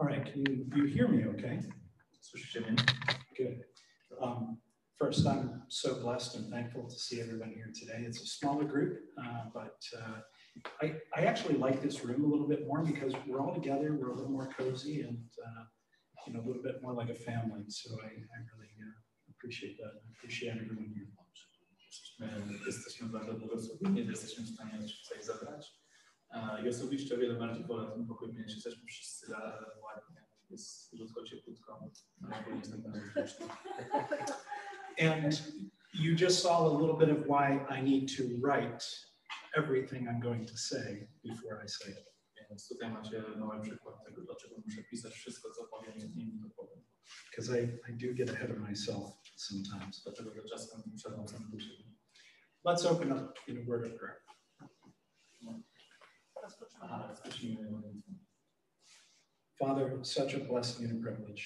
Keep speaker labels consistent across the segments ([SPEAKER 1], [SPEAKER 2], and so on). [SPEAKER 1] All right, can you, you hear me okay?
[SPEAKER 2] So Shimon,
[SPEAKER 1] Good. Um, First, I'm so blessed and thankful to see everyone here today. It's a smaller group, uh, but uh, I, I actually like this room a little bit more because we're all together, we're a little more cozy and, uh, you know, a little bit more like a family. So I, I really uh, appreciate that. I appreciate everyone here.
[SPEAKER 2] e, jesteśmy bardzo błogosławieni, że jesteśmy w stanie nas tutaj zabrać. E, I osobiście o wiele bardziej wolę ten pokój mieć. Jesteśmy wszyscy la- ładnie, jest krótko, cieplutko. No, bo jestem bardzo wdzięczny.
[SPEAKER 1] And you just saw a little bit of why I need to write everything I'm going to say before I say it.
[SPEAKER 2] Więc tutaj macie mały przykład tego, dlaczego muszę pisać wszystko, co powiem, nie innym to powiem.
[SPEAKER 1] because I, I do get ahead of myself sometimes.
[SPEAKER 2] Dlaczego to czasem przechodzę do siebie.
[SPEAKER 1] Let's open up in a word of prayer.
[SPEAKER 2] Aha, rozpocznijmy modlitwę.
[SPEAKER 1] Father, such a blessing and a privilege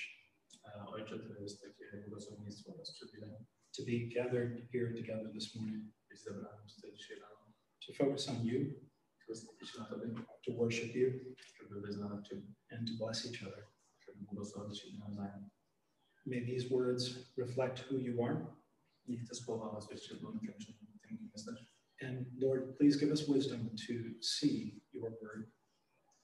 [SPEAKER 2] E, Ojcze, to jest takie błogosławieństwo oraz przywilej
[SPEAKER 1] to be gathered here together this morning,
[SPEAKER 2] być zebranym tutaj dzisiaj rano.
[SPEAKER 1] to focus on you,
[SPEAKER 2] Tylko skupić się na Tobie,
[SPEAKER 1] to worship you,
[SPEAKER 2] żeby wyznawać Ciebie,
[SPEAKER 1] and to bless each other.
[SPEAKER 2] żeby błogosławić się nawzajem.
[SPEAKER 1] May these words reflect who you are.
[SPEAKER 2] Niech te słowa odzwierciedlą tym, czym tym, kim jesteś.
[SPEAKER 1] And Lord, please give us wisdom to see your word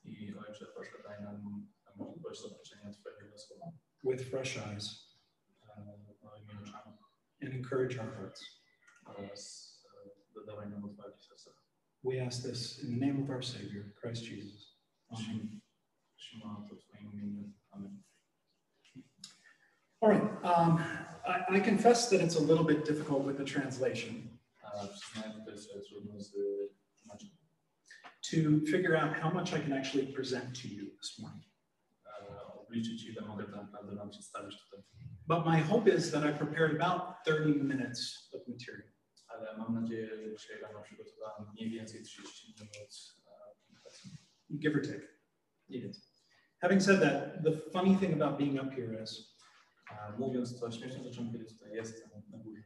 [SPEAKER 2] I Ojcze, proszę, daj nam możliwość zobaczenia Twojego słowa
[SPEAKER 1] with fresh eyes
[SPEAKER 2] e, nowymi oczami
[SPEAKER 1] and encourage our hearts.
[SPEAKER 2] oraz e, dodawaj nam odwagi serca.
[SPEAKER 1] We ask this in the name of our Savior, Christ Jesus. Amen.
[SPEAKER 2] Prosimy- Prosimy o to w Twoim imieniu. Amen.
[SPEAKER 1] All right. Um, I, I confess that it's a little bit difficult with the translation
[SPEAKER 2] A przyznaję tutaj sobie e, trudno z znaczy, tłumaczeniem.
[SPEAKER 1] to figure out how much I can actually present to you this morning.
[SPEAKER 2] E, Obliczyć, ile mogę tak naprawdę Wam przedstawić tutaj.
[SPEAKER 1] But my hope is that I prepared about 30 minutes of material.
[SPEAKER 2] Ale mam nadzieję, że dzisiaj rano przygotowałem mniej więcej 30 minut e, prezentacji.
[SPEAKER 1] Give or take.
[SPEAKER 2] Mniej więcej.
[SPEAKER 1] Having said that, the funny thing about being up here is
[SPEAKER 2] E, Mówiąc to, śmieszne rzeczą, kiedy tutaj jestem na górze,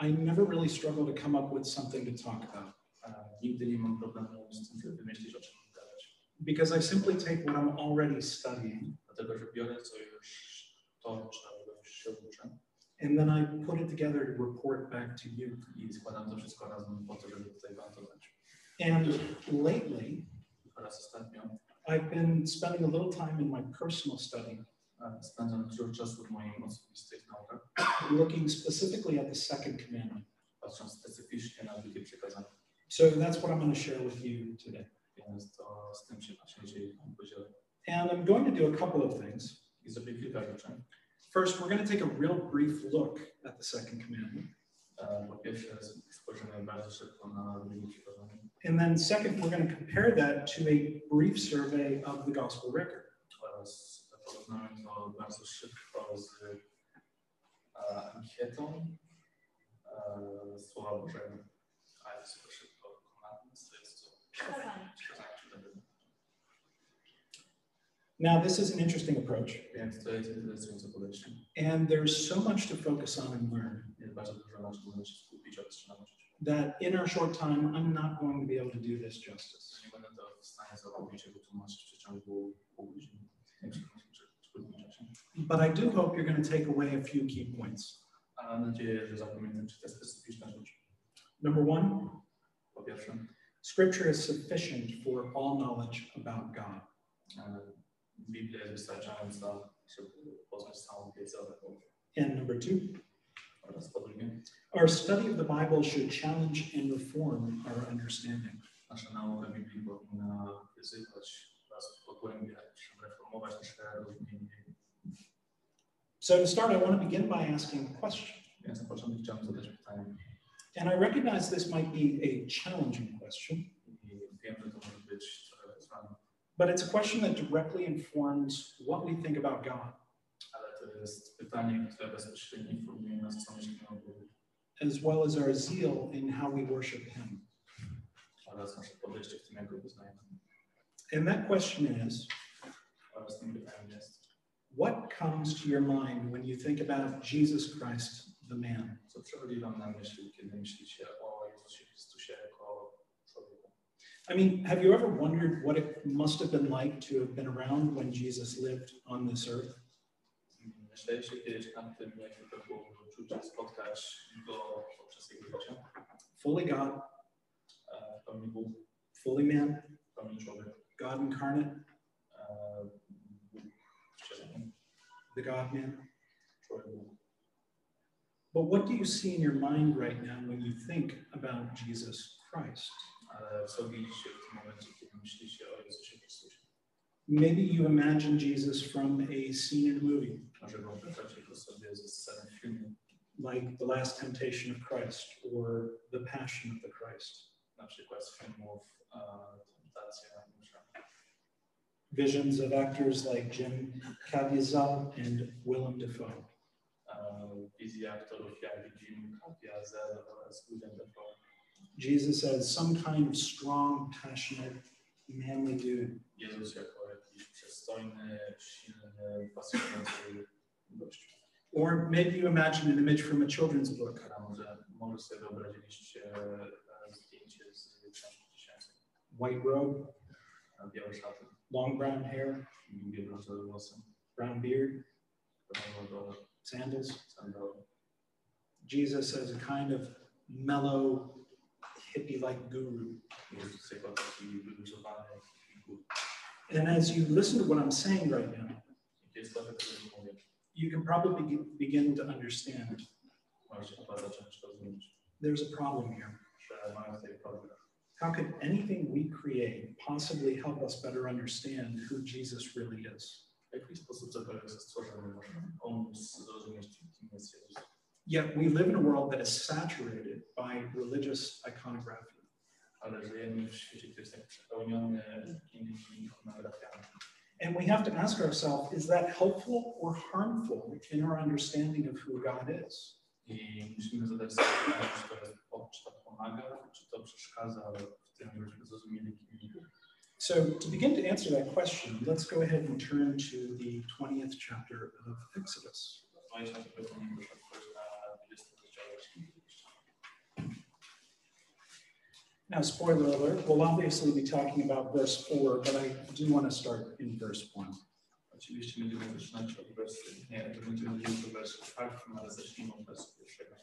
[SPEAKER 1] I never really struggle to come up with something to talk about
[SPEAKER 2] E, Nigdy nie mam problemu z tym, żeby wymyślić, o czym gadać.
[SPEAKER 1] because I simply take what I'm already studying
[SPEAKER 2] Dlatego, że biorę co już to, czego już się uczę
[SPEAKER 1] and then I put it together to report back to you.
[SPEAKER 2] i składam to wszystko razem po to, żeby tutaj wam to dać.
[SPEAKER 1] And lately,
[SPEAKER 2] Oraz ostatnio
[SPEAKER 1] I've been spending a little time in my personal study
[SPEAKER 2] e, spędzam dużo czasu w moich osobistych naukach,
[SPEAKER 1] looking specifically at the second commandment.
[SPEAKER 2] patrząc specyficznie na drugie przekazania,
[SPEAKER 1] So that's what I'm going to share with you today.
[SPEAKER 2] więc to z tym się właśnie dzisiaj wam podzielę.
[SPEAKER 1] And I'm going to do a couple of things.
[SPEAKER 2] I zrobię kilka rzeczy.
[SPEAKER 1] First, we're going to take a real brief look at the second commandment.
[SPEAKER 2] E, Po pierwsze spojrzymy bardzo szybko na drugie przekazanie,
[SPEAKER 1] And then, second, we're going to compare that to a brief survey of the gospel record.
[SPEAKER 2] oraz porównamy to bardzo szybko z e, ankietą e, Słowa Bożego. A jest super szybko Commandments, to jest co? Przekazanie czytamy.
[SPEAKER 1] Now, this is an interesting approach,
[SPEAKER 2] Więc to jest interesujące podejście.
[SPEAKER 1] and there's so much to focus on and learn
[SPEAKER 2] Jest bardzo dużo na czym można się skupić oraz trzeba nauczyć.
[SPEAKER 1] that in our short time, I'm not going to be able to do this justice.
[SPEAKER 2] Nie będę to w stanie całkowicie wytłumaczyć w przeciągu pół godziny. Nie przepraszam, czy- czy pół godziny.
[SPEAKER 1] But I do hope you're going to take away a few key points.
[SPEAKER 2] Ale mam nadzieję, że zapamiętam czy te specyficzne rzeczy.
[SPEAKER 1] Number one,
[SPEAKER 2] Po pierwsze,
[SPEAKER 1] Scripture is sufficient for all knowledge about God.
[SPEAKER 2] e, Biblia jest wystarczająca, żeby poznać całą wiedzę o Bogu.
[SPEAKER 1] And number two,
[SPEAKER 2] oraz po drugie,
[SPEAKER 1] our study of the Bible should challenge and reform our understanding.
[SPEAKER 2] nasza nauka Biblii powinna wyzywać oraz pogłębiać, reformować nasze rozumienie.
[SPEAKER 1] So, to start, I want to begin by asking a question.
[SPEAKER 2] Więc na początek chciałem zadać pytanie
[SPEAKER 1] And I recognize this might be a challenging question,
[SPEAKER 2] i wiem, że to może być trochę wyzwanie,
[SPEAKER 1] but it's a question that directly informs what we think about God,
[SPEAKER 2] ale to jest pytanie, które bezpośrednio informuje nas, co myślimy o Bogu
[SPEAKER 1] as well as our zeal in how we worship Him.
[SPEAKER 2] oraz nasze podejście w tym, jak go wyznajemy.
[SPEAKER 1] And that question is
[SPEAKER 2] Oraz tym pytaniem jest,
[SPEAKER 1] what comes to your mind when you think about Jesus Christ, the man?
[SPEAKER 2] co przychodzi Wam na myśl, kiedy myślicie o Jezusie Chrystusie jako człowieku.
[SPEAKER 1] I I mean, have you ever wondered what it must have been like to have been around when Jesus lived on this earth?
[SPEAKER 2] Myślałeś kiedyś nad tym, jakie to było uczucie spotkać go poprzez jego życie?
[SPEAKER 1] Fully God,
[SPEAKER 2] E, W pełni Bóg,
[SPEAKER 1] fully man,
[SPEAKER 2] w pełni człowiek,
[SPEAKER 1] God incarnate,
[SPEAKER 2] e, Bóg wcielony,
[SPEAKER 1] the God man.
[SPEAKER 2] człowiek Bóg.
[SPEAKER 1] But what do you see in your mind right now when you think about Jesus Christ?
[SPEAKER 2] Ale co widzicie w tym momencie, kiedy myślicie o Jezusie Chrystusie?
[SPEAKER 1] Maybe you imagine Jesus from a scene in a movie,
[SPEAKER 2] Może wyobrażacie go sobie ze sceny filmu,
[SPEAKER 1] like The Last Temptation of Christ or The Passion of the Christ.
[SPEAKER 2] na przykład z filmów e, Temptacja Msza.
[SPEAKER 1] Visions of actors like Jim Caviezel and Willem Dafoe.
[SPEAKER 2] E, Wizja aktorów jak Jim Caviezel oraz William Dafoe.
[SPEAKER 1] Jesus as some kind of strong, passionate, manly dude.
[SPEAKER 2] Jezus jako jakiś przystojny, silny, pasjonujący gość.
[SPEAKER 1] Or maybe you imagine an image from a children's book
[SPEAKER 2] A może, może sobie wyobraziliście e, zdjęcie z książki dziecięcej.
[SPEAKER 1] white robe,
[SPEAKER 2] E, Białe szaty,
[SPEAKER 1] long brown hair,
[SPEAKER 2] długie brązowe włosy,
[SPEAKER 1] brown beard,
[SPEAKER 2] brązowe
[SPEAKER 1] sandals.
[SPEAKER 2] sandały.
[SPEAKER 1] Jesus as a kind of mellow, hippie like guru.
[SPEAKER 2] Jezus jako taki wyluzowany, taki gór.
[SPEAKER 1] And as you listen to what I'm saying right now,
[SPEAKER 2] I Kiedy słyszę tego mówię,
[SPEAKER 1] you can probably be- begin to understand
[SPEAKER 2] możecie chyba zacząć rozumieć,
[SPEAKER 1] there's a problem here.
[SPEAKER 2] że mamy tutaj problem.
[SPEAKER 1] How could anything we create possibly help us better understand who Jesus really is?
[SPEAKER 2] W jaki sposób cokolwiek jest stworzony może on zrozumieć, kim jest Jezus.
[SPEAKER 1] Yet we live in a world that is saturated by religious iconography.
[SPEAKER 2] Ale żyjemy w świecie, który jest tak przepełniony innymi ikonografiami.
[SPEAKER 1] And we have to ask ourselves is that helpful or harmful in our understanding of who God is?
[SPEAKER 2] I musimy zadać sobie pytanie, czy to, jest, po- czy to pomaga, czy to przeszkadza w tym, żebyśmy zrozumieli, kim jest Bóg.
[SPEAKER 1] So, to begin to answer that question, let's go ahead and turn to the 20th chapter of Exodus.
[SPEAKER 2] To jest na to pytanie, proszę odpowiedzieć na 20 rozdział.
[SPEAKER 1] Now, spoiler alert, we'll obviously be talking about verse 4, but I do want to start in verse 1.
[SPEAKER 2] Oczywiście będziemy zaczynać od wersji, nie, będziemy mówić o wersji czwartym, ale zacznijmy od wersji pierwszego.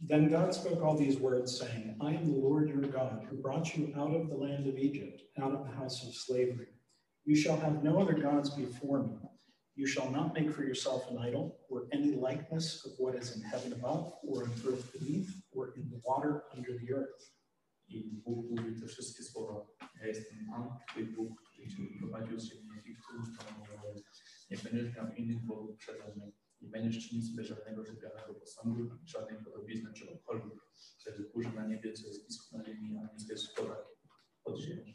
[SPEAKER 1] Then God spoke all these words, saying, I am the Lord your God, who brought you out of the land of Egypt, out of the house of slavery. You shall have no other gods before me. You shall not make for yourself an idol, or any likeness of what is in heaven above, or on earth beneath, or in the water under the earth.
[SPEAKER 2] I Bóg mówi te wszystkie słowa. Ja jestem Pan, Twój Bóg, który Cię wyprowadził z ziemi Egiptu, z domu Izraela. Nie będziesz miał innych bogów przede mną. Nie będziesz czynił sobie żadnego żywiołowego posągu, ani żadnej podobizny czy okolnik, co jest w górze na niebie, co jest blisko na ziemi, a nic jest w podach pod ziemią.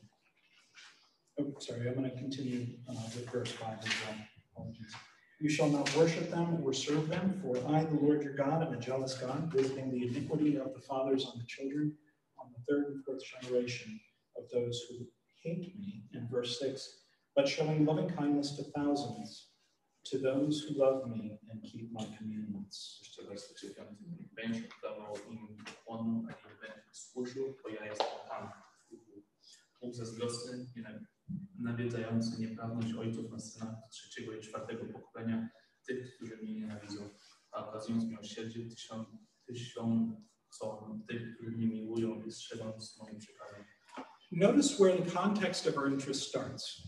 [SPEAKER 1] Oh, sorry, I'm going to continue uh, with verse 5 as well. Apologies. You shall not worship them or serve them, for I, the Lord your God, am a jealous God, visiting the iniquity of the fathers on the children, on the third and fourth generation of those who hate me, in verse 6, but showing loving kindness to thousands, to those who love me and keep my commandments.
[SPEAKER 2] Jeszcze wers 9. Będziesz oddawał im płonu, a nie będę służył, bo ja jestem Pan. Twój Bóg. Bóg zazdrosny, i na- nawiedzający nieprawność ojców na synach trzeciego i czwartego pokolenia, tych, którzy mnie nienawidzą, a okazując miłosierdzie tysią, tysiącom tych, którzy mnie miłują i strzegąc moim przykazom.
[SPEAKER 1] Notice where the context of our interest starts.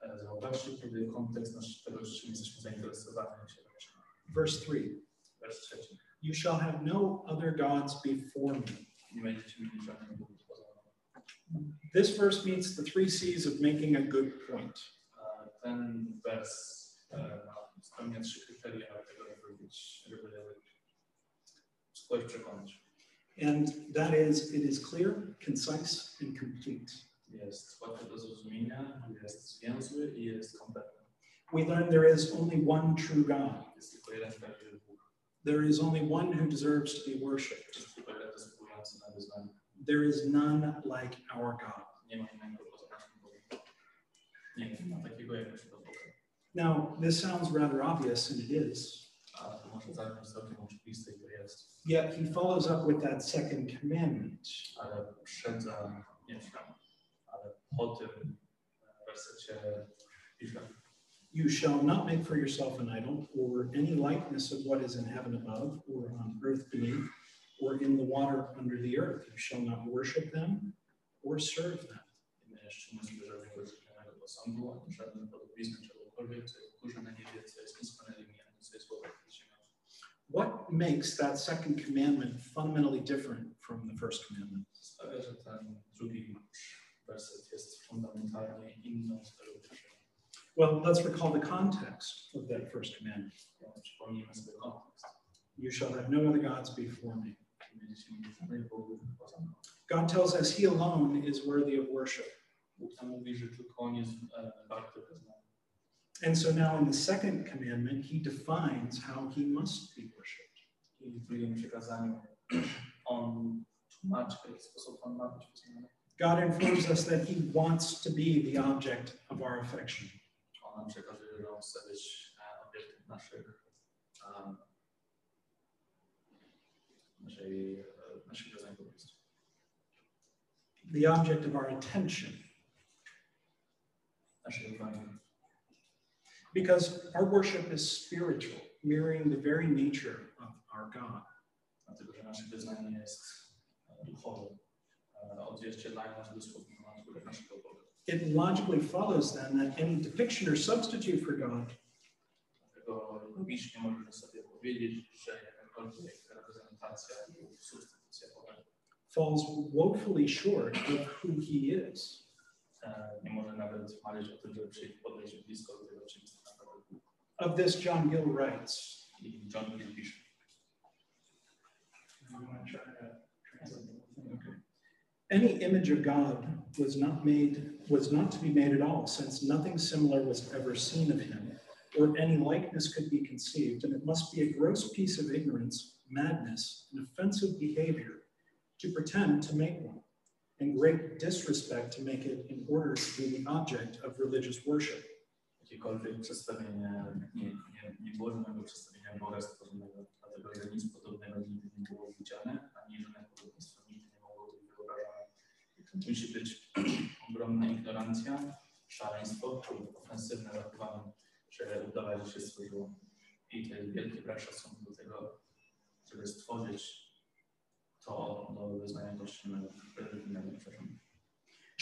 [SPEAKER 2] E, Zauważcie, kiedy kontekst nasz, tego, czym jesteśmy zainteresowani, się zaczyna.
[SPEAKER 1] Verse 3
[SPEAKER 2] Wers trzeci.
[SPEAKER 1] You shall have no other gods before me.
[SPEAKER 2] Nie będziecie mieli żadnych bogów poza mną.
[SPEAKER 1] This verse meets the three C's of making a good point.
[SPEAKER 2] E, ten wers e, spełnia trzy kryteria, aby tego zrobić, żeby kogoś przekonać.
[SPEAKER 1] And that is, it is clear, concise, and complete.
[SPEAKER 2] Jest łatwy do zrozumienia, jest zwięzły i jest kompletny.
[SPEAKER 1] We learn there is only one true God.
[SPEAKER 2] Jest tylko jeden prawdziwy Bóg,
[SPEAKER 1] There is only one who deserves to be worshiped.
[SPEAKER 2] jest tylko jeden zasługujący na wyznanie.
[SPEAKER 1] There is none like our God.
[SPEAKER 2] Nie ma innego poza naszym Bogiem. Nie ma takiego jak naszego Boga.
[SPEAKER 1] Now, this sounds rather obvious, and it is,
[SPEAKER 2] A to może zacząć całkiem oczywiste i to jest.
[SPEAKER 1] Yet he follows up with that second commandment.
[SPEAKER 2] ale uprzedza, nie Efraim, ale po tym e, wersecie pisze,
[SPEAKER 1] You shall not make for yourself an idol or any likeness of what is in heaven above or on earth beneath or in the water under the earth. You shall not worship them or serve them.
[SPEAKER 2] nie mężczyzn nie zbliżonego zbliżonego do sądu, ani żadnej podobizny czegokolwiek, co jest górze na niebie, co jest niespaniałym, ani co jest w ogóle ziemią.
[SPEAKER 1] What makes that second commandment fundamentally different from the first commandment?
[SPEAKER 2] Sprawia, że ten drugi werset jest fundamentalnie inną z tego wydarzenia.
[SPEAKER 1] Well, let's recall the context of that first commandment.
[SPEAKER 2] Więc no, Przypomnijmy sobie kontekst.
[SPEAKER 1] You shall have no other gods before me.
[SPEAKER 2] Nie Będziecie mieli żadnych bogów poza mną.
[SPEAKER 1] God tells us he alone is worthy of worship.
[SPEAKER 2] Bóg nam mówi, że tylko On jest e, warty wyznania.
[SPEAKER 1] And so now in the second commandment, he defines how he must be worshiped.
[SPEAKER 2] I w drugim przekazaniu On tłumaczy, w jaki sposób On ma być wyznany.
[SPEAKER 1] God informs us that he wants to be the object of our affection.
[SPEAKER 2] On nam przekazuje, że On chce być e, obiektem naszych, um, naszej, e, naszych wyznań po prostu.
[SPEAKER 1] the object of our attention
[SPEAKER 2] Naszych uwagi.
[SPEAKER 1] because our worship is spiritual, mirroring the very nature of our God.
[SPEAKER 2] dlatego że nasze wyznanie jest e, duchowe, e, odzwierciedlając dosłownie naturę naszego Boga.
[SPEAKER 1] It logically follows then that any depiction or substitute for God
[SPEAKER 2] Dlatego logicznie możemy sobie powiedzieć, że jakakolwiek reprezentacja lub substytucja Boga
[SPEAKER 1] falls woefully short of who he is.
[SPEAKER 2] e, nie może nawet marzyć o tym, żeby przyjść podejść blisko do tego, czym jest naprawdę Bóg.
[SPEAKER 1] Of this, John Gill writes,
[SPEAKER 2] I John Gill pisze,
[SPEAKER 1] I'm gonna try to translate the whole thing, okay. any image of God was not made, was not to be made at all, since nothing similar was ever seen of him, or any likeness could be conceived, and it must be a gross piece of ignorance, madness, and offensive behavior to pretend to make one, and great disrespect to make it in order to be the object of religious worship.
[SPEAKER 2] jakiekolwiek przedstawienie, nie, nie, nie było żadnego przedstawienia Boga stworzonego, dlatego że nic podobnego nigdy nie było widziane, ani żadne podobieństwo nigdy nie mogło być wyobrażone. Musi być ogromna ignorancja, szaleństwo lub ofensywne zachowanie, że udawać, że się stworzyło. I to jest wielki brak szacunku do tego, żeby stworzyć to do wyznania kościelnego, religijnego, przepraszam.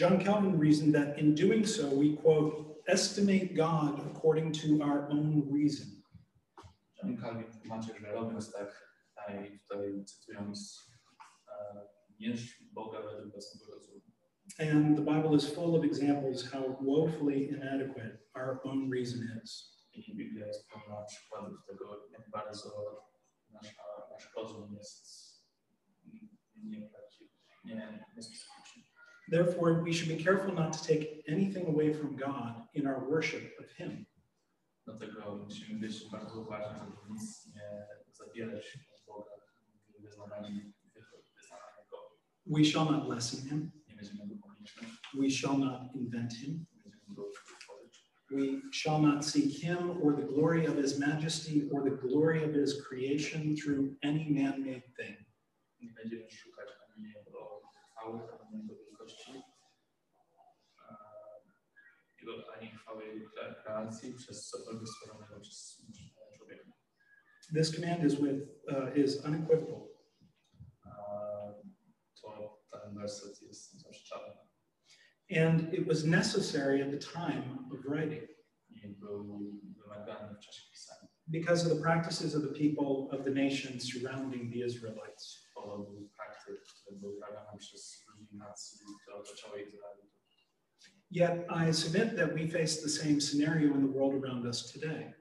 [SPEAKER 1] John Calvin reasoned that in doing so, we quote, estimate God according to our own reason.
[SPEAKER 2] John Calvin tłumaczy, że robiąc tak, a i tutaj cytując, e, mierz Boga według własnego rozumu.
[SPEAKER 1] And the Bible is full of examples how woefully inadequate our own reason is.
[SPEAKER 2] I Biblia jest pełna przykładów tego, jak bardzo nasza, nasz rozum jest nieprawdziwy, nie, niespecjalny.
[SPEAKER 1] Therefore, we should be careful not to take anything away from God in our worship of Him.
[SPEAKER 2] Dlatego musimy być bardzo uważni, żeby nic nie zabierać od Boga, wyznawaniu wyznania Go.
[SPEAKER 1] We shall not lessen Him.
[SPEAKER 2] Nie będziemy go publiczne,
[SPEAKER 1] We shall not invent Him.
[SPEAKER 2] nie będziemy go tworzyć.
[SPEAKER 1] We shall not seek Him or the glory of His majesty or the glory of His creation through any man made thing.
[SPEAKER 2] nie będziemy szukać ani jego chwały, ani jego wielkości, e, jego, ani chwały jego kre- kreacji przez cokolwiek stworzonego przez e, człowieka.
[SPEAKER 1] This command is with uh, is unequivocal.
[SPEAKER 2] E, To ten werset jest zaprzeczalny
[SPEAKER 1] And it was necessary at the time of writing.
[SPEAKER 2] i był wymagany w czasie pisania.
[SPEAKER 1] because of the practices of the people of the nation surrounding the Israelites.
[SPEAKER 2] To był praktyk, który był uprawiany przez ludzi nacji, które otaczały Izrael.
[SPEAKER 1] Yet I submit that we face the same scenario in the world around us today.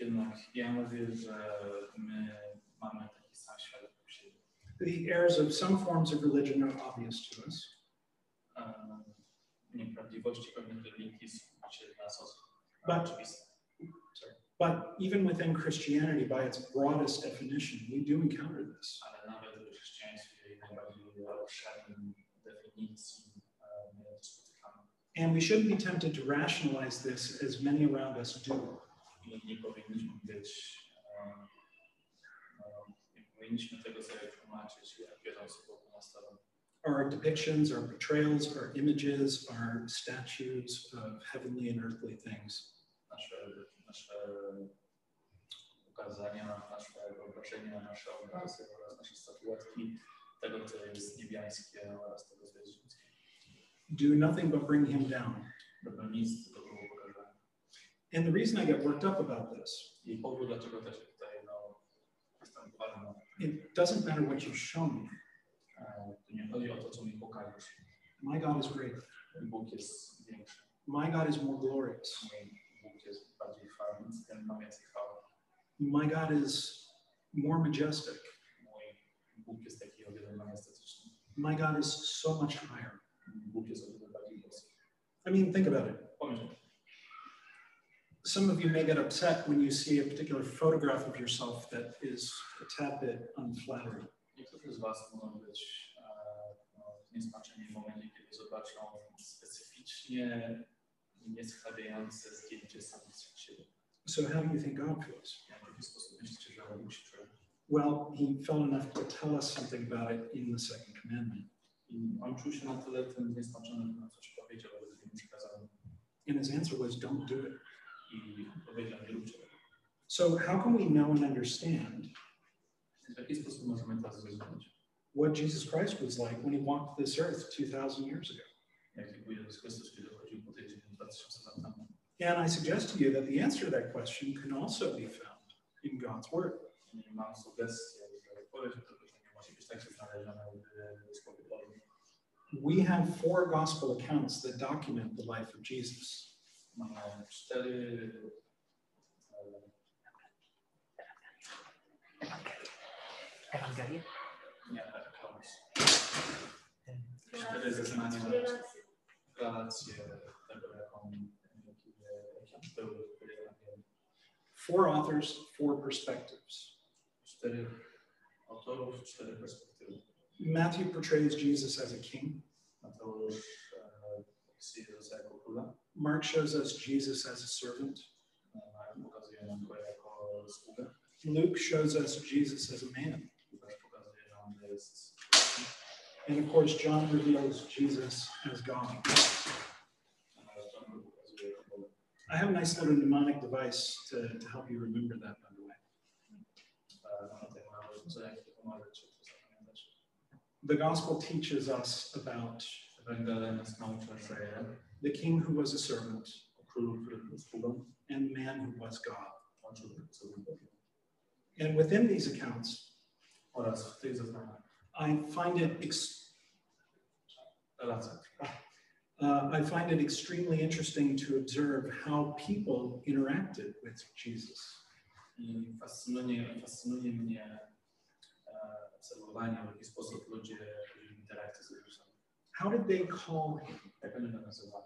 [SPEAKER 2] Jednak ja mówię, że my mamy taki sam świat jak siebie.
[SPEAKER 1] The errors of some forms of religion are obvious to us,
[SPEAKER 2] e, nieprawdziwości pewnych religii są wśród nas osób.
[SPEAKER 1] Tak.
[SPEAKER 2] Oczywiste.
[SPEAKER 1] but even within Christianity, by its broadest definition, we do encounter this.
[SPEAKER 2] Ale nawet w chrześcijaństwie i najbardziej obszernym definicji e, my to spotykamy.
[SPEAKER 1] And we shouldn't be tempted to rationalize this as many around us do.
[SPEAKER 2] I nie powinniśmy być, e, e, jakby powinniśmy tego sobie tłumaczyć, jak wiele osób wokół nas to robi.
[SPEAKER 1] Our depictions, our portrayals, our images, our statues of heavenly and earthly things.
[SPEAKER 2] Nasze, nasze ukazania, nasze wyobrażenia, nasze obrazy oraz nasze statuetki tego, co jest niebiańskie oraz tego, co jest ziemskie.
[SPEAKER 1] Do nothing but bring him down.
[SPEAKER 2] Robią nic, tylko było pokażę.
[SPEAKER 1] And the reason I got worked up about this,
[SPEAKER 2] I powód, dlaczego też tutaj no, jestem uważny,
[SPEAKER 1] it doesn't matter what you show me.
[SPEAKER 2] e, to nie chodzi o to, co mi pokażesz.
[SPEAKER 1] My God is greater.
[SPEAKER 2] Bóg jest większy,
[SPEAKER 1] My God is more glorious.
[SPEAKER 2] mój Bóg jest bardziej chwalny, ten ma więcej chwały.
[SPEAKER 1] My God is more majestic.
[SPEAKER 2] Mój Bóg jest taki o wiele majestatyczny.
[SPEAKER 1] My God is so much higher.
[SPEAKER 2] Bóg jest o wiele bardziej boski.
[SPEAKER 1] I mean, think about it.
[SPEAKER 2] Pomyśl, o tym.
[SPEAKER 1] Some of you may get upset when you see a particular photograph of yourself that is a tad bit unflattering.
[SPEAKER 2] niektórzy z Was mogą być e, no, niesmaczeni w momencie, kiedy zobaczą specyficznie nieschabiające zdjęcie samych z siebie.
[SPEAKER 1] So, how do you think God feels?
[SPEAKER 2] Ja w jaki sposób myślicie, że Bóg się czuje?
[SPEAKER 1] Well, He felt enough to tell us something about it in the Second Commandment.
[SPEAKER 2] I on czuł się na tyle tym niesmaczonym, na coś powiedział, ale z nim przekazał.
[SPEAKER 1] And His answer was, don't do it.
[SPEAKER 2] I powiedział, nie róbcie tego.
[SPEAKER 1] So, how can we know and understand
[SPEAKER 2] Więc W jaki sposób możemy teraz zrozumieć?
[SPEAKER 1] what Jesus Christ was like when He walked this earth 2,000 years ago?
[SPEAKER 2] Jaki był Jezus Chrystus, kiedy chodził po tej ziemi 2000 lat temu?
[SPEAKER 1] And I suggest to you that the answer to that question can also be found in God's Word.
[SPEAKER 2] I Mam sugestię, że odpowiedź na to pytanie może być tak także znaleziona w Słowie Bożym.
[SPEAKER 1] We have four gospel accounts that document the life of Jesus.
[SPEAKER 2] Mamy cztery... e,
[SPEAKER 3] Ewangelia?
[SPEAKER 2] Nie, komuś. Cztery zeznania, relacje tego, jaką, jakie, jakie były w Ewangelii.
[SPEAKER 1] Four authors, four perspectives.
[SPEAKER 2] czterech autorów, cztery perspektywy.
[SPEAKER 1] Matthew portrays Jesus as a king.
[SPEAKER 2] Mateusz e, opisuje Jezusa jako króla,
[SPEAKER 1] Mark shows us Jesus as a servant.
[SPEAKER 2] e, Marek pokazuje nam go jako sługę,
[SPEAKER 1] Luke shows us Jesus as a man.
[SPEAKER 2] Łukasz pokazuje nam, że jest
[SPEAKER 1] And of course, John reveals Jesus as God.
[SPEAKER 2] e, Jan go pokazuje jako Boga.
[SPEAKER 1] I have a nice little mnemonic device to, to help you remember that, by the way.
[SPEAKER 2] E, Mam tutaj mały wzorek, który pomaga Ci to zapamiętać.
[SPEAKER 1] The gospel teaches us about
[SPEAKER 2] Ewangelia nas naucza, że
[SPEAKER 1] the king who was a servant
[SPEAKER 2] o królu, który był sługą,
[SPEAKER 1] and the man who was God.
[SPEAKER 2] łączył tylko co był Bogiem.
[SPEAKER 1] And within these accounts,
[SPEAKER 2] Oraz w tych zeznaniach
[SPEAKER 1] I find it ex-
[SPEAKER 2] relacjach
[SPEAKER 1] Uh, I find it extremely interesting to observe how people interacted with Jesus.
[SPEAKER 2] I fascynuje, fascynuje mnie e, obserwowanie, w jaki sposób ludzie mieli interakcje z Jezusem.
[SPEAKER 1] How did they call him?
[SPEAKER 2] Jak oni to nazywali?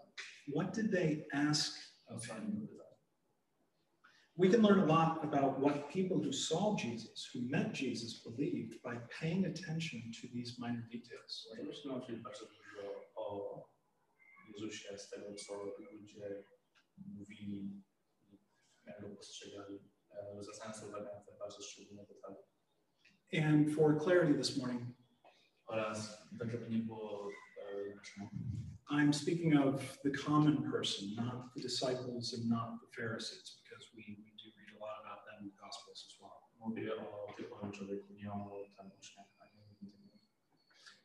[SPEAKER 1] What did they ask?
[SPEAKER 2] Ocenił pytanie.
[SPEAKER 1] We can learn a lot about what people who saw Jesus, who met Jesus, believed by paying attention to these minor details.
[SPEAKER 2] Możemy się nauczyć bardzo dużo o Jezusie z tego, co ludzie mówili, jak go postrzegali. E, Zwracając uwagę na te bardzo szczególne detale.
[SPEAKER 1] And for clarity this morning,
[SPEAKER 2] Oraz tak, żeby nie było e, inaczej.
[SPEAKER 1] I'm speaking of the common person, not the disciples and not the Pharisees, because we, we do read a lot about them in the Gospels as well.
[SPEAKER 2] Mówię o typowym człowieku, nie o tam uczniach, ani innym.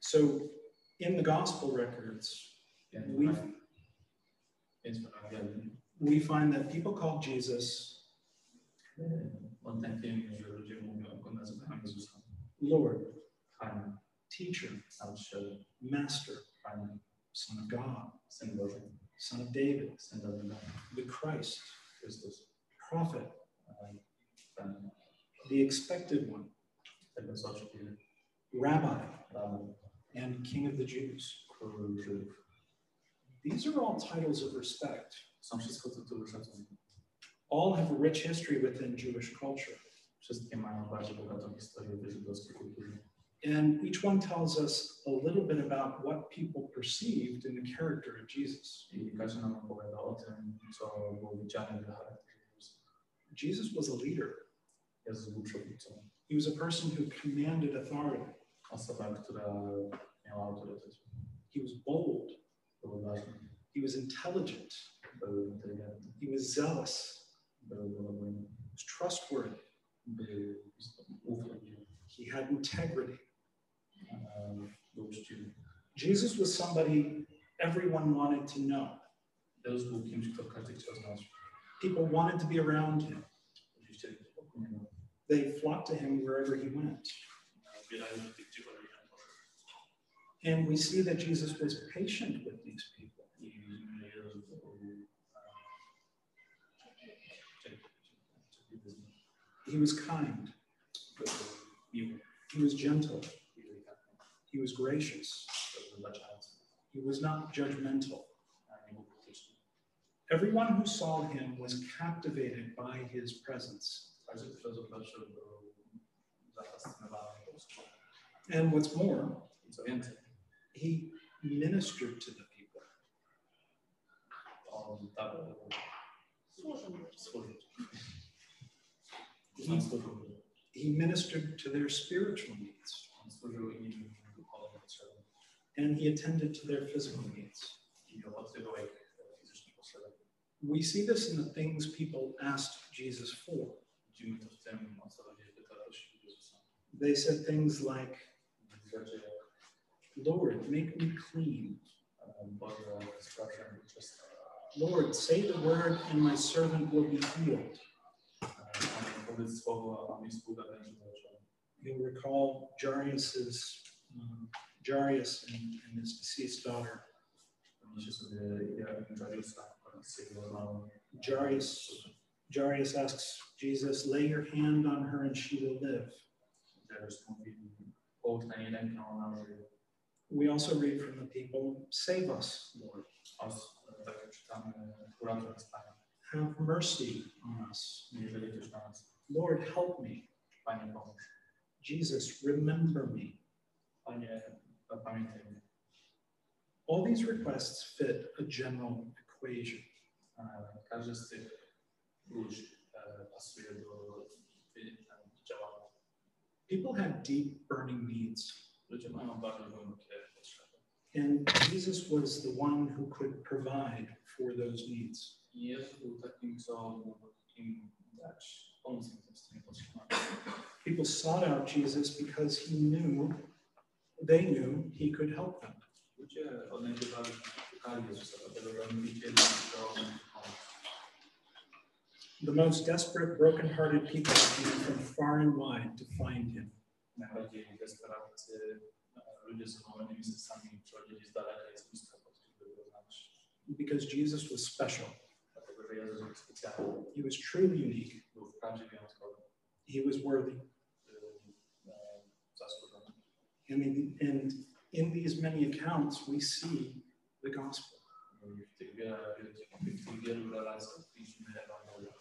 [SPEAKER 1] So in the Gospel records,
[SPEAKER 2] Więc
[SPEAKER 1] we
[SPEAKER 2] więc tak w Ewangelii
[SPEAKER 1] we find that people called Jesus
[SPEAKER 2] Odtępieni, e, że ludzie mówią, go nazywają Jezusem.
[SPEAKER 1] Lord,
[SPEAKER 2] Pan,
[SPEAKER 1] Teacher,
[SPEAKER 2] nauczyciel,
[SPEAKER 1] Master,
[SPEAKER 2] Pan,
[SPEAKER 1] Son of God,
[SPEAKER 2] Syn Boży,
[SPEAKER 1] Son of David,
[SPEAKER 2] Syn Dawida,
[SPEAKER 1] the Christ,
[SPEAKER 2] Chrystus,
[SPEAKER 1] Prophet,
[SPEAKER 2] e, Pan,
[SPEAKER 1] the Expected One,
[SPEAKER 2] tego co oczekuje,
[SPEAKER 1] Rabbi,
[SPEAKER 2] Pan,
[SPEAKER 1] and King of the Jews.
[SPEAKER 2] Król Żydów.
[SPEAKER 1] These are all titles of respect.
[SPEAKER 2] Są wszystko tytuły szacunku.
[SPEAKER 1] All have a rich history within Jewish culture,
[SPEAKER 2] Wszystkie mają bardzo bogatą historię w żydowskiej kulturze.
[SPEAKER 1] and each one tells us a little bit about what people perceived in the character of Jesus.
[SPEAKER 2] I każdy nam opowiada o tym, co było widziane w charakterze Jezusa.
[SPEAKER 1] Jesus was a leader,
[SPEAKER 2] Jezus był przywódcą.
[SPEAKER 1] He was a person who commanded authority.
[SPEAKER 2] Osoba, która miała autorytet.
[SPEAKER 1] He was bold.
[SPEAKER 2] Był ważny,
[SPEAKER 1] He was intelligent.
[SPEAKER 2] był inteligentny,
[SPEAKER 1] He was zealous.
[SPEAKER 2] był dobrym,
[SPEAKER 1] He was trustworthy.
[SPEAKER 2] był istotny, ufał ludziom,
[SPEAKER 1] He had integrity.
[SPEAKER 2] e, był uczciwy.
[SPEAKER 1] Jesus was somebody everyone wanted to know.
[SPEAKER 2] Jezus był kimś, kto każdy chciał znać.
[SPEAKER 1] People wanted to be around him.
[SPEAKER 2] Ludzie chcieli go opiniować.
[SPEAKER 1] They flocked to him wherever he went.
[SPEAKER 2] Zbierają do tych, gdzie wolę Boże.
[SPEAKER 1] And we see that Jesus was patient with these people.
[SPEAKER 2] I widzimy Jezus był e, cierpliwy, cierpliwy z nimi.
[SPEAKER 1] He was kind.
[SPEAKER 2] Był miły,
[SPEAKER 1] He was gentle.
[SPEAKER 2] i delikatny,
[SPEAKER 1] He was gracious.
[SPEAKER 2] był wybaczający,
[SPEAKER 1] He was not judgmental.
[SPEAKER 2] a nie był krytyczny.
[SPEAKER 1] Everyone who saw him was captivated by his presence.
[SPEAKER 2] Także kto zobaczył, był zafascynowany po prostu.
[SPEAKER 1] And what's more,
[SPEAKER 2] I co więcej,
[SPEAKER 1] he ministered to the people.
[SPEAKER 2] on dawał
[SPEAKER 3] Służę.
[SPEAKER 2] służyć. On służył,
[SPEAKER 1] He ministered to their spiritual needs
[SPEAKER 2] on służył im duchowym potrzebom
[SPEAKER 1] and he attended to their physical needs.
[SPEAKER 2] i opatrywał ich e, fizyczne potrzeby.
[SPEAKER 1] We see this in the things people asked Jesus for.
[SPEAKER 2] Widzimy to w tym, o co ludzie pytają się Jezusa.
[SPEAKER 1] They said things like,
[SPEAKER 2] Rzeczy jak
[SPEAKER 1] Lord, make me clean.
[SPEAKER 2] e, Boże, sprawdzam mnie czysto.
[SPEAKER 1] Lord, say the word, and my servant will be healed.
[SPEAKER 2] E, Panie, powiedz słowo, a mi sługa będzie zaleczony.
[SPEAKER 1] You'll recall Jairus's, um, Jairus and, and his deceased daughter.
[SPEAKER 2] Pomnijcie sobie, jak Jariusa oraz jego małą.
[SPEAKER 1] Jairus, Jairus asks Jesus, lay your hand on her and she will live.
[SPEAKER 2] Jarius mówi, połóż na niej rękę, ona żyje.
[SPEAKER 1] We also read from the people, save us, Lord.
[SPEAKER 2] Os, tak jak czytamy, uratuj nas, Panie.
[SPEAKER 1] Have mercy on us.
[SPEAKER 2] Jeżeli ktoś na nas,
[SPEAKER 1] Lord, help me.
[SPEAKER 2] Panie, pomóż.
[SPEAKER 1] Jesus, remember me.
[SPEAKER 2] Panie, pamiętaj mnie.
[SPEAKER 1] All these requests fit a general equation.
[SPEAKER 2] E, Każdy z tych ludzi e, pasuje do wy- tam działania.
[SPEAKER 1] People have deep, burning needs.
[SPEAKER 2] Ludzie mają bardzo głębokie potrzeby.
[SPEAKER 1] And Jesus was the one who could provide for those needs.
[SPEAKER 2] I Jezus był takim, co mógł im dać, pomóc im w tym swoim potrzebami.
[SPEAKER 1] People sought out Jesus because he knew, they knew he could help them.
[SPEAKER 2] Ludzie odnajdywali, szukali Jezusa, dlatego że oni wiedzieli, że on im pomoże.
[SPEAKER 1] The most desperate, brokenhearted people came from far and wide to find him.
[SPEAKER 2] Najbardziej desperatcy e, ludzie z złamanymi sercami przychodzili z daleka i z bliska po to, żeby go znaleźć.
[SPEAKER 1] Because Jesus was special.
[SPEAKER 2] Dlatego, że Jezus był specjalny,
[SPEAKER 1] He was truly unique.
[SPEAKER 2] był wprawdzie wyjątkowy,
[SPEAKER 1] He was worthy.
[SPEAKER 2] był e, y, zasłużony.
[SPEAKER 1] And in, and in these many accounts, we see the gospel.
[SPEAKER 2] No I W tych wielu, w tych wielu relacjach widzimy Ewangelię.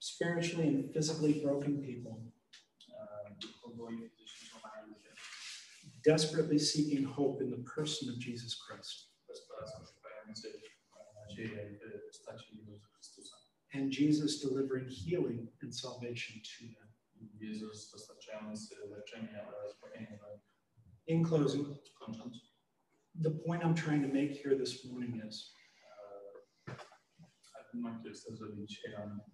[SPEAKER 1] Spiritually and physically broken people
[SPEAKER 2] E, Duchowo i fizycznie złamani ludzie
[SPEAKER 1] desperately seeking hope in the person of Jesus Christ.
[SPEAKER 2] desperacją szukający e, nadziei w postaci Jezusa Chrystusa.
[SPEAKER 1] and Jesus delivering healing and salvation to them.
[SPEAKER 2] Jezus dostarczający leczenie oraz zbawienie.
[SPEAKER 1] In closing,
[SPEAKER 2] Kończąc,
[SPEAKER 1] the point I'm trying to make here this morning is
[SPEAKER 2] e, argument, który chcę zrobić dzisiaj rano.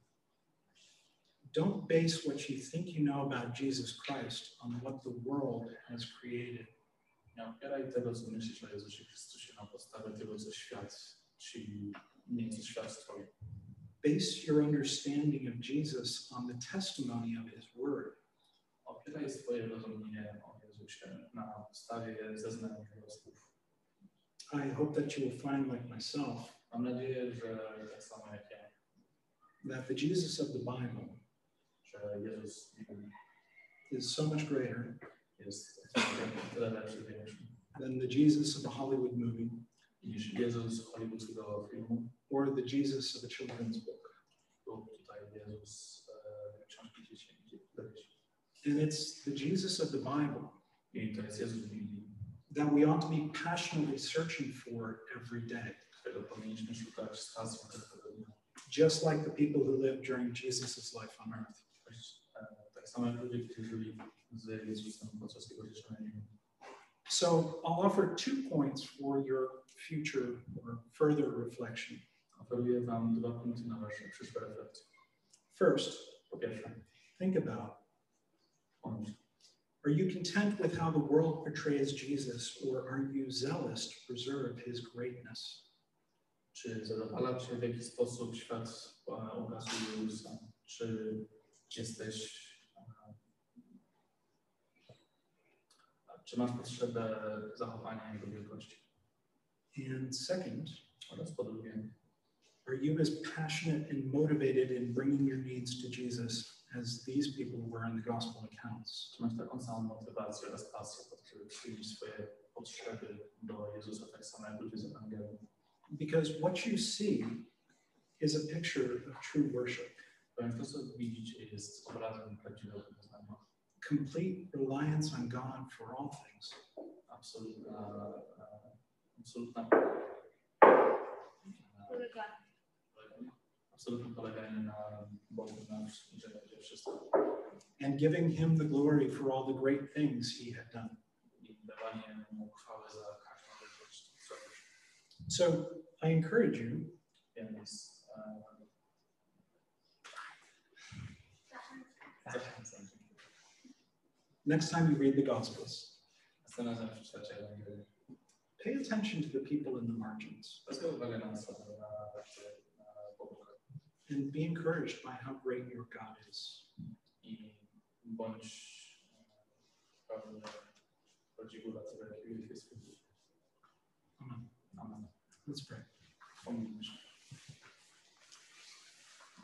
[SPEAKER 1] don't base what you think you know about Jesus Christ on what the world has created.
[SPEAKER 2] Nie opieraj tego, co myślisz o Jezusie Chrystusie na podstawie tego, co świat ci, nie co świat stworzył.
[SPEAKER 1] Base your understanding of Jesus on the testimony of his word.
[SPEAKER 2] Opieraj swoje rozumienie o Jezusie na podstawie zeznań Jego słów.
[SPEAKER 1] I hope that you will find, like myself,
[SPEAKER 2] Mam nadzieję, że tak samo jak ja,
[SPEAKER 1] that the Jesus of the Bible
[SPEAKER 2] że Jezus
[SPEAKER 1] is so much greater
[SPEAKER 2] jest o tyle lepszy, większy
[SPEAKER 1] than the Jesus of a Hollywood movie
[SPEAKER 2] niż Jezus hollywoodzkiego filmu
[SPEAKER 1] or the Jesus of a children's book.
[SPEAKER 2] lub tutaj Jezus e, książki dzieci. dzieci.
[SPEAKER 1] And it's the Jesus of the Bible
[SPEAKER 2] I to jest Jezus w Biblii,
[SPEAKER 1] that we ought to be passionately searching for every day,
[SPEAKER 2] którego powinniśmy szukać z hasłem każdego dnia.
[SPEAKER 1] just like the people who lived during Jesus' life on earth.
[SPEAKER 2] Choć, e, Tak samych ludzi, którzy zajęli udział w podczas tego zrzeszenia.
[SPEAKER 1] So I'll offer two points for your future or further reflection.
[SPEAKER 2] Oferuję Wam dwa punkty na Wasze przyszłe refleksje.
[SPEAKER 1] First,
[SPEAKER 2] Po pierwsze,
[SPEAKER 1] think about
[SPEAKER 2] pomyśl,
[SPEAKER 1] are you content with how the world portrays Jesus, or are you zealous to preserve his greatness?
[SPEAKER 2] czy zadowala Cię w jakiś sposób świat e, ukazuje Jezusa? Czy jesteś... e, Czy masz potrzebę zachowania Jego wielkości?
[SPEAKER 1] And second,
[SPEAKER 2] Oraz po drugie,
[SPEAKER 1] are you as passionate and motivated in bringing your needs to Jesus as these people were in the gospel accounts?
[SPEAKER 2] Czy masz taką samą motywację oraz pasję, pod żeby przynieść swoje potrzeby do Jezusa, tak samo jak ludzie z Ewangelii?
[SPEAKER 1] Because what you see is a picture of true worship,
[SPEAKER 2] Ponieważ to, co widzicie, jest obrazem prawdziwego poznania.
[SPEAKER 1] complete reliance on God for all things.
[SPEAKER 2] Absolutna, e, absolutna,
[SPEAKER 3] Polega.
[SPEAKER 2] e, absolutne poleganie na Bogu, na wszystkim, że będzie wszystko.
[SPEAKER 1] and giving him the glory for all the great things he had done.
[SPEAKER 2] I dawanie Mu chwały za każdą rzecz, co robisz.
[SPEAKER 1] So I encourage you
[SPEAKER 2] Więc e, zachęcam. Cię.
[SPEAKER 1] next time you read the Gospels,
[SPEAKER 2] Następnym razem przeczytacie Ewangelię.
[SPEAKER 1] pay attention to the people in the margins
[SPEAKER 2] Zwróćcie uwagę na osobę, na takie na pobudkę
[SPEAKER 1] and be encouraged by how great your God is.
[SPEAKER 2] i bądź e, pewny rodzigu dla tego, jaki wielki jest Bóg.
[SPEAKER 1] Amen.
[SPEAKER 2] Amen.
[SPEAKER 1] Let's pray.
[SPEAKER 2] Pomódlmy się.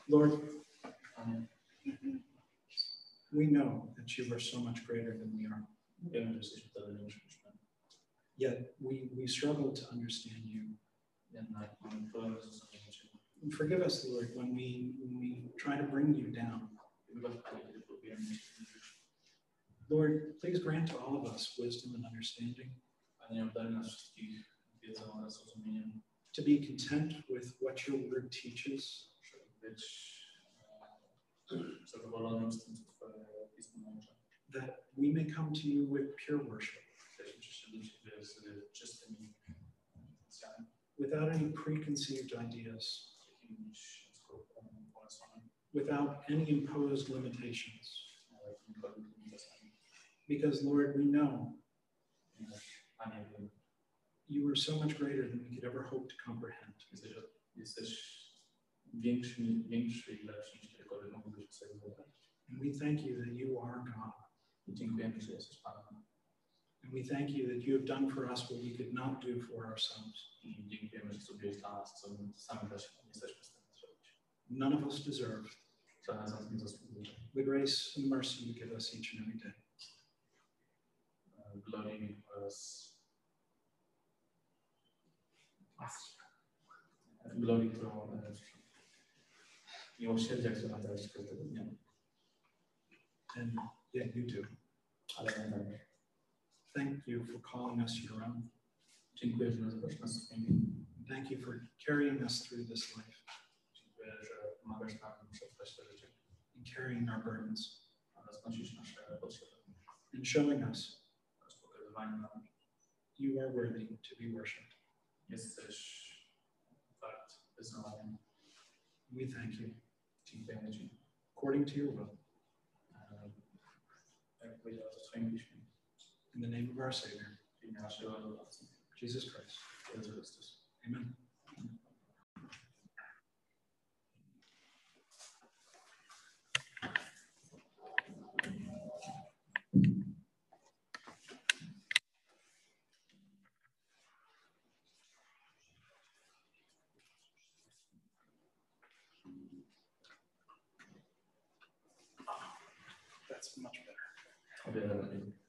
[SPEAKER 1] Lord,
[SPEAKER 2] Panie,
[SPEAKER 1] we know that you are so much greater than we are,
[SPEAKER 2] wiemy, że jesteśmy wtedy niemuszyliśmy.
[SPEAKER 1] yet we, we struggle to understand you.
[SPEAKER 2] Jednak mamy problem z rozumieniem Ciebie.
[SPEAKER 1] And forgive us, Lord, when we, when we try to bring you down.
[SPEAKER 2] Wybacz, Panie, kiedy próbujemy Cię zmierzyć.
[SPEAKER 1] Lord, please grant to all of us wisdom and understanding
[SPEAKER 2] Panie, obdarz nas wszystkich wiedzą oraz rozumieniem,
[SPEAKER 1] to be content with what your word teaches
[SPEAKER 2] żeby być e, zadowolonym z tym, co Twoje Pismo naucza.
[SPEAKER 1] that we may come to you with pure worship,
[SPEAKER 2] Jesteśmy przyszli do Ciebie z czystymi intencjami.
[SPEAKER 1] without any preconceived ideas,
[SPEAKER 2] jakimś skorupem pomysłem,
[SPEAKER 1] without any imposed limitations.
[SPEAKER 2] jakimkolwiek czasami.
[SPEAKER 1] Because, Lord, we know
[SPEAKER 2] A nie wiem,
[SPEAKER 1] you are so much greater than we could ever hope to comprehend.
[SPEAKER 2] jesteś, jesteś większy, większy i lepszy niż kiedykolwiek mógłbyś sobie wyobrazić.
[SPEAKER 1] And we thank you that you are God.
[SPEAKER 2] I dziękujemy, że jesteś Panem.
[SPEAKER 1] And we thank you that you have done for us what we could not do for ourselves.
[SPEAKER 2] I dziękujemy, że zrobiłeś dla nas, co my sami dla siebie nie jesteśmy w stanie zrobić.
[SPEAKER 1] None of us deserve
[SPEAKER 2] Żaden z nas nie zasługuje.
[SPEAKER 1] the grace and mercy you give us each and every day.
[SPEAKER 2] E, Glorii oraz e, glorii, którą e, miłosierdzia, które nam dałeś każdego dnia.
[SPEAKER 1] And yeah, you do.
[SPEAKER 2] Ale tak. nadal
[SPEAKER 1] Thank you for calling us your own.
[SPEAKER 2] Dziękuję, że nazywasz nas swoim imieniem.
[SPEAKER 1] Thank you for carrying us through this life
[SPEAKER 2] Dziękuję, że pomagasz nam przetrwać to życie
[SPEAKER 1] and carrying our burdens.
[SPEAKER 2] oraz nosisz nasze potrzeby
[SPEAKER 1] and showing us
[SPEAKER 2] oraz pokazywanie nam.
[SPEAKER 1] you are worthy to be worshiped.
[SPEAKER 2] Jesteś wart wyznawania.
[SPEAKER 1] We thank you
[SPEAKER 2] Dziękujemy Ci.
[SPEAKER 1] according to your will.
[SPEAKER 2] E, Jak powiedziała to w swoim piśmie.
[SPEAKER 1] In the name of our Savior,
[SPEAKER 2] W imię naszego Odbawcy.
[SPEAKER 1] Jesus Christ.
[SPEAKER 2] Jezus Chrystus.
[SPEAKER 1] Amen. That's much better.
[SPEAKER 2] O wiele lepiej.